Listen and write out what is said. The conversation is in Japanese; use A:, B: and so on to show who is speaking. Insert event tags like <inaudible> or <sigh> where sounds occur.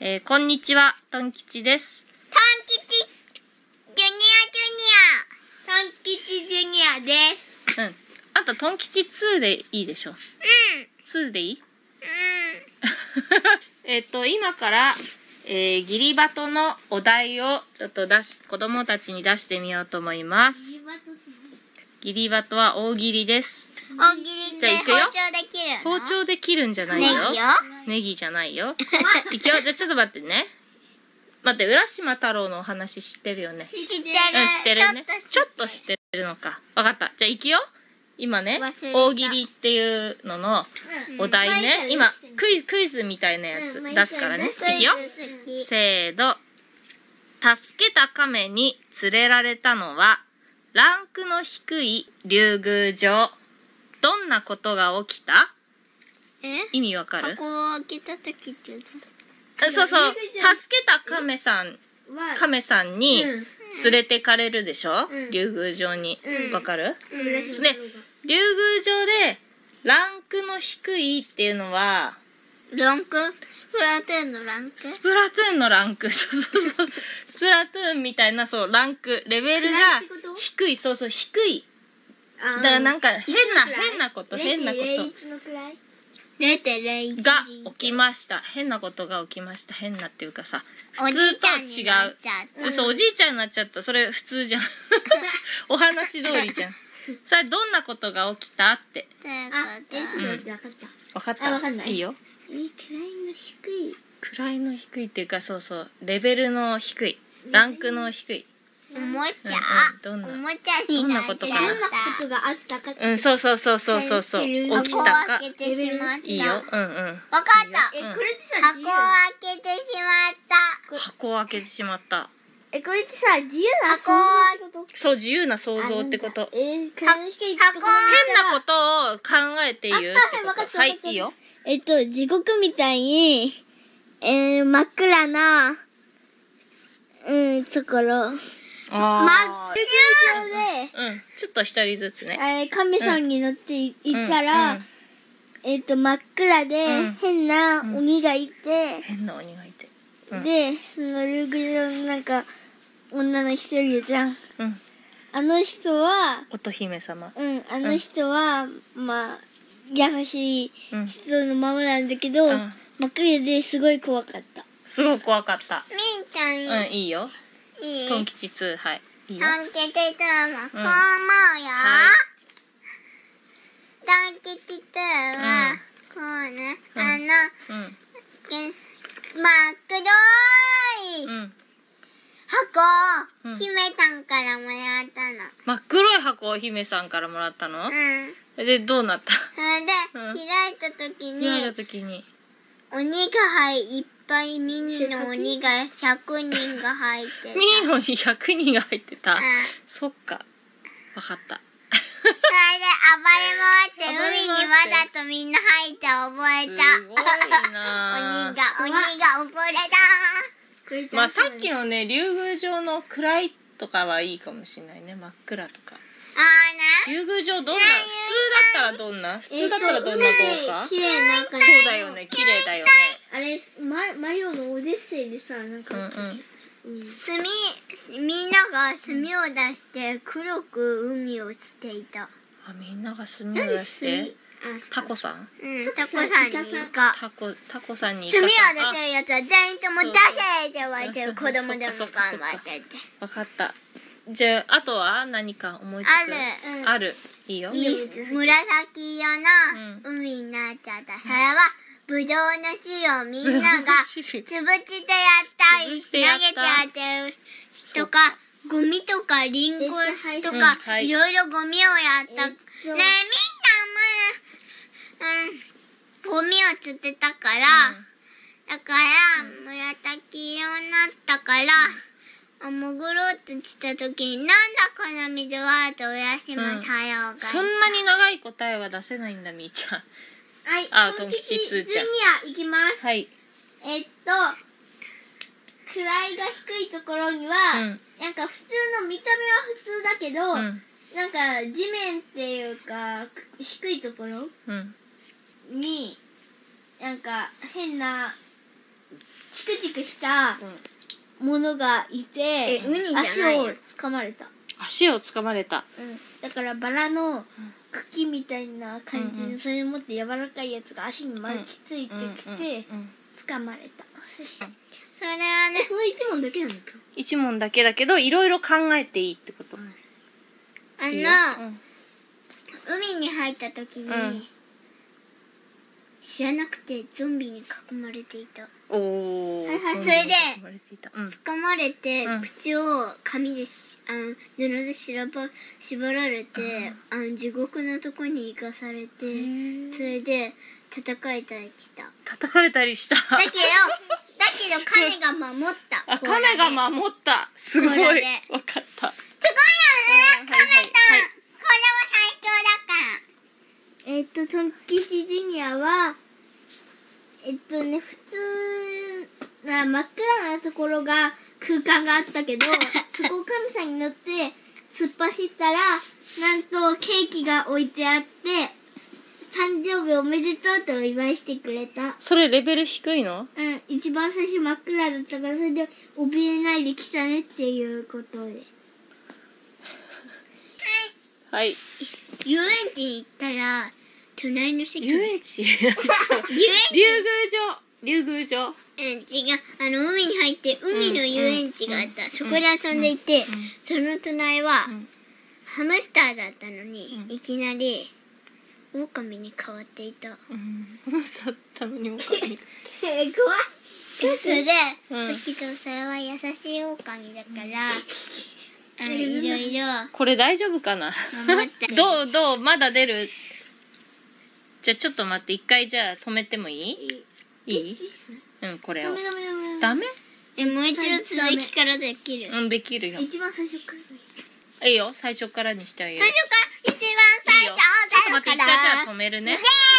A: えーこんにちは、とんきちです。
B: トンキチジュニアジュニアトンキチジュニアです
A: うん。あと、とんきち2でいいでしょ。
B: うん
A: 2でいい
B: うん
A: えっと、今から、えー、ギリバトのお題をちょっと出し、子供たちに出してみようと思います。ギリバトは大喜利です。
B: 大喜利って包丁できる
A: 包丁で切るんじゃない
B: ネ
A: よ。
B: ギを
A: ネギじゃないよ。いくよ。じゃあちょっと待ってね。待って、浦島太郎のお話知ってるよね。
B: 知ってる
A: うん、知ってるね。ち
B: ち
A: ょ
B: ょ
A: っ
B: っ
A: と
B: と
A: 知
B: 知
A: ってるのか。わかった。じゃあ行くよ。今ね
B: 忘れ、た
A: 大喜利っていうのの
B: うん
A: お題ね。
B: うん
A: 今、クイズ、クイズみたいなやつ出すからね。行くよ。せーの。助けた亀に連れられたのは、ランクの低い竜宮城。どんなことが起きた
B: え
A: 意味わかる
B: 箱を開けた時って言う
A: うんそうそう。
B: 竜
A: 助
B: 宮城
A: けた亀さん、
B: は
A: 亀さんに連れてかれるでしょ
B: うん
A: 竜宮城に
B: う。ん
A: わかる
B: うん
A: ですね竜宮城でランクの低いっていうのは
B: ランクスプラトゥーンのランク
A: スプラトゥーンのランク <laughs> そうそうそうスプラトゥーンみたいなそうランクレベルが
B: 位ってこと
A: 低いそうそう低い
B: あ
A: だからなん
B: か
A: か変な変なこと変なこと
B: とのくらい0.01
A: が起きました変なことが起きました変なっていうかさ
B: お
A: 普
B: じい
A: 通
B: ち
A: と
B: ゃ
A: は
B: んにな
A: 違
B: っ
A: う
B: ちゃった
A: 嘘おじいちゃんになっちゃったそれ普通じゃん <laughs> お話通りじゃんさあどんなことが起きたって
B: ということ
A: うん
B: でわか
A: 分か
B: った
A: った
B: あわかんない
A: いいよ
B: えー、位の低い
A: 位の低いっていうかそうそうレベルの低いランクの低い
B: おもちゃ、
A: うんうんどんな
B: おもちゃになっちゃっ
A: ど
B: た
A: んなことかなどんな
B: ことがあったか
A: うんそうそうそうそうそうそう起きた
B: 箱を
A: か
B: 開けてしまった
A: いいようんうん
B: わかった
A: いいようんえこ
B: れでさ箱を開けてしまった
A: 箱を開けてしまった
B: えこれってさ自由な箱を
A: そう自由な想像ってこと変
B: え箱箱
A: なことを考えて言うってことはいいいよ
B: えっと地獄みたいにえー、真っ暗なうんところ
A: あ
B: 直で
A: ーうんちょっと一人ずつね
B: あれ神さんに乗ってい
A: うん
B: ったら、
A: うん
B: えっと真っ暗で、
A: うん
B: 変な鬼がいて、
A: 変な鬼がいてうん
B: でそのルーグ上のなんか女の一人じゃん
A: うん
B: あの人は
A: 乙姫様
B: うんあの人は、まあ優しい
A: うん
B: 人のままなんだけど、
A: うん
B: 真っ暗ですごい怖かった
A: すごく怖かった
B: みーちゃん
A: うんいいよ
B: い
A: トン吉2はいいいよ
B: ンキテトゥは
A: う
B: こ
A: 思うよ
B: よ
A: い
B: トンキテトゥ
A: はうん
B: こうね、
A: うんあのうん
B: 真っ黒い
A: うん
B: 箱
A: う
B: を
A: ん
B: 姫さんからもらったの。
A: 真っ黒い箱を姫さんからもらったの
B: う、ん。
A: でどうなった
B: それで、
A: うん
B: 開いた時に、
A: 見た時に
B: 鬼が入いっぱいミニの鬼が100人が入ってた。
A: ミニのに100人が入ってた、
B: うん
A: そっかわかった
B: それで暴れ回って海にわざとみんな入って覚え
A: すごい
B: た。
A: な
B: 鬼が、鬼が溺れた。
A: まあさっきのね竜宮城の暗いとかはいいかもしれないね真っ暗とか
B: ああね。
A: 竜宮城どんな普通だったらどんな普通だったらどんな豪華
C: 綺麗な
A: そ
C: 感
A: う
C: じ。
A: だよね綺麗だよね
C: あれママリオのオデッセイでさなん
A: う
C: か、
A: んうん
B: 炭、みんなが炭を出して黒く海をしていた。
A: あみんなが炭を出してタコさん
B: うん、タコさんにイカ。
A: タコタコさんにイカ
B: 炭を出
A: さんあ
B: せるやつは全員とも出せって言われてる子供でも頑張ってて。
A: わかった。じゃあ、あとは何か思いつく
B: あるうん
A: ある。いいよ。
B: み紫色の海になっちゃった。それはブドウの汁をみ
A: <laughs>
B: んなが
A: 潰して
B: つぶしてやったり
A: 潰し
B: 投
A: て
B: げて
A: や
B: や
A: っ
B: ってる人かゴミとかリンゴと
A: うんは
B: か
A: い
B: いろいろゴミをやった。ねえみんなお前うんゴミを捨てたから。だから紫色になったから、あ潜ろうとした時になんだこの水はと浦島太郎が、
A: うんそんなに長い答えは出せないんだ、みーちゃん。
C: はい
A: あ
C: トン
A: トン吉
C: 吉ジ
A: ツ
C: ュ
A: ーちゃん
C: ニア行きます。
A: はい。
C: えっと位が低いところには、
A: うん
C: なんか普通の見た目は普通だけど、
A: うん。
C: なんか地面っていうかく低いところ
A: うん。
C: になんか変なチクチクした
A: うん
C: ものがいて、
B: えウニじゃ
C: 足
B: ない
C: を
B: よ
C: 掴まれた、
A: 足を掴まれた
C: うん、だからバラの茎みたいな感じ
A: うんう
C: の
A: ん
C: それを持って柔らかいやつが足に巻きついて
A: うんうん
C: きて
A: うん
C: 掴まれたそして
B: それはね
C: その一問だけなんだけど
A: 一問だけだけどいろいろ考えていいってこと
B: あ
A: いいよう
B: の
A: ん
B: 海に入った時に、
A: うん
B: 知らなくてゾンビに囲まれていた
A: お
B: はいはい
A: ー
B: それで
A: そうなんだ生まれていたうん
B: 掴まれて、
A: うん
B: 口を紙でしあの布でしらば縛られて、あの地獄のとこに行かされて、
A: ー
B: それで戦いたりしただ
A: 叩かれたりした
B: け
A: <laughs>
B: どだけど亀が守った
A: あ
B: 甲羅
A: 亀
B: で
A: が守ったすごい
B: 甲羅
A: わ
B: で
A: かった
B: すごいよね、
A: うんはいはい
B: 亀さん、
A: はい
B: これは最強だから
C: えっとトン吉ジュニアはえっとね普通な真っ暗なところが空間があったけどそこを神さんに乗って突っ走ったらなんとケーキが置いてあって誕生日おめでとうとお祝いしてくれた。
A: それレベル低いの
C: うん、一番最初真っ暗だったからそれで怯えないで来たねっていうことで
A: はい
B: 遊園地に行ったら隣の席
A: 遊園地遊園
B: <laughs> 遊園
A: 地竜宮城竜宮城
B: うん、違うあの海に入って海の遊園地があった、そこで遊んでいて、その隣は、
A: うん
B: ハムスターだったのに、
A: うん
B: いきなり狼に変わっていた
A: うんムサだったのにもかに
C: 怖い
B: それで、
A: うん
B: だけどそれは優しい狼だから、あのいろいろ
A: これ大丈夫かな
B: 守った
A: <laughs> どうどうまだ出るじゃあちょっと待って一回じゃあ止めてもいいいいうんこれ
C: ダ
A: を
C: メダメダメ
A: ダメ
B: えもう一度続きからできる、
A: うんできるよ
C: 一番最初から
A: いいよ最初からにしてあげる
B: 最初から一番最初
A: いいよちょっと待って一
B: だ
A: 回じゃあ
B: か
A: 止
B: ら
A: めるね
B: イエーイ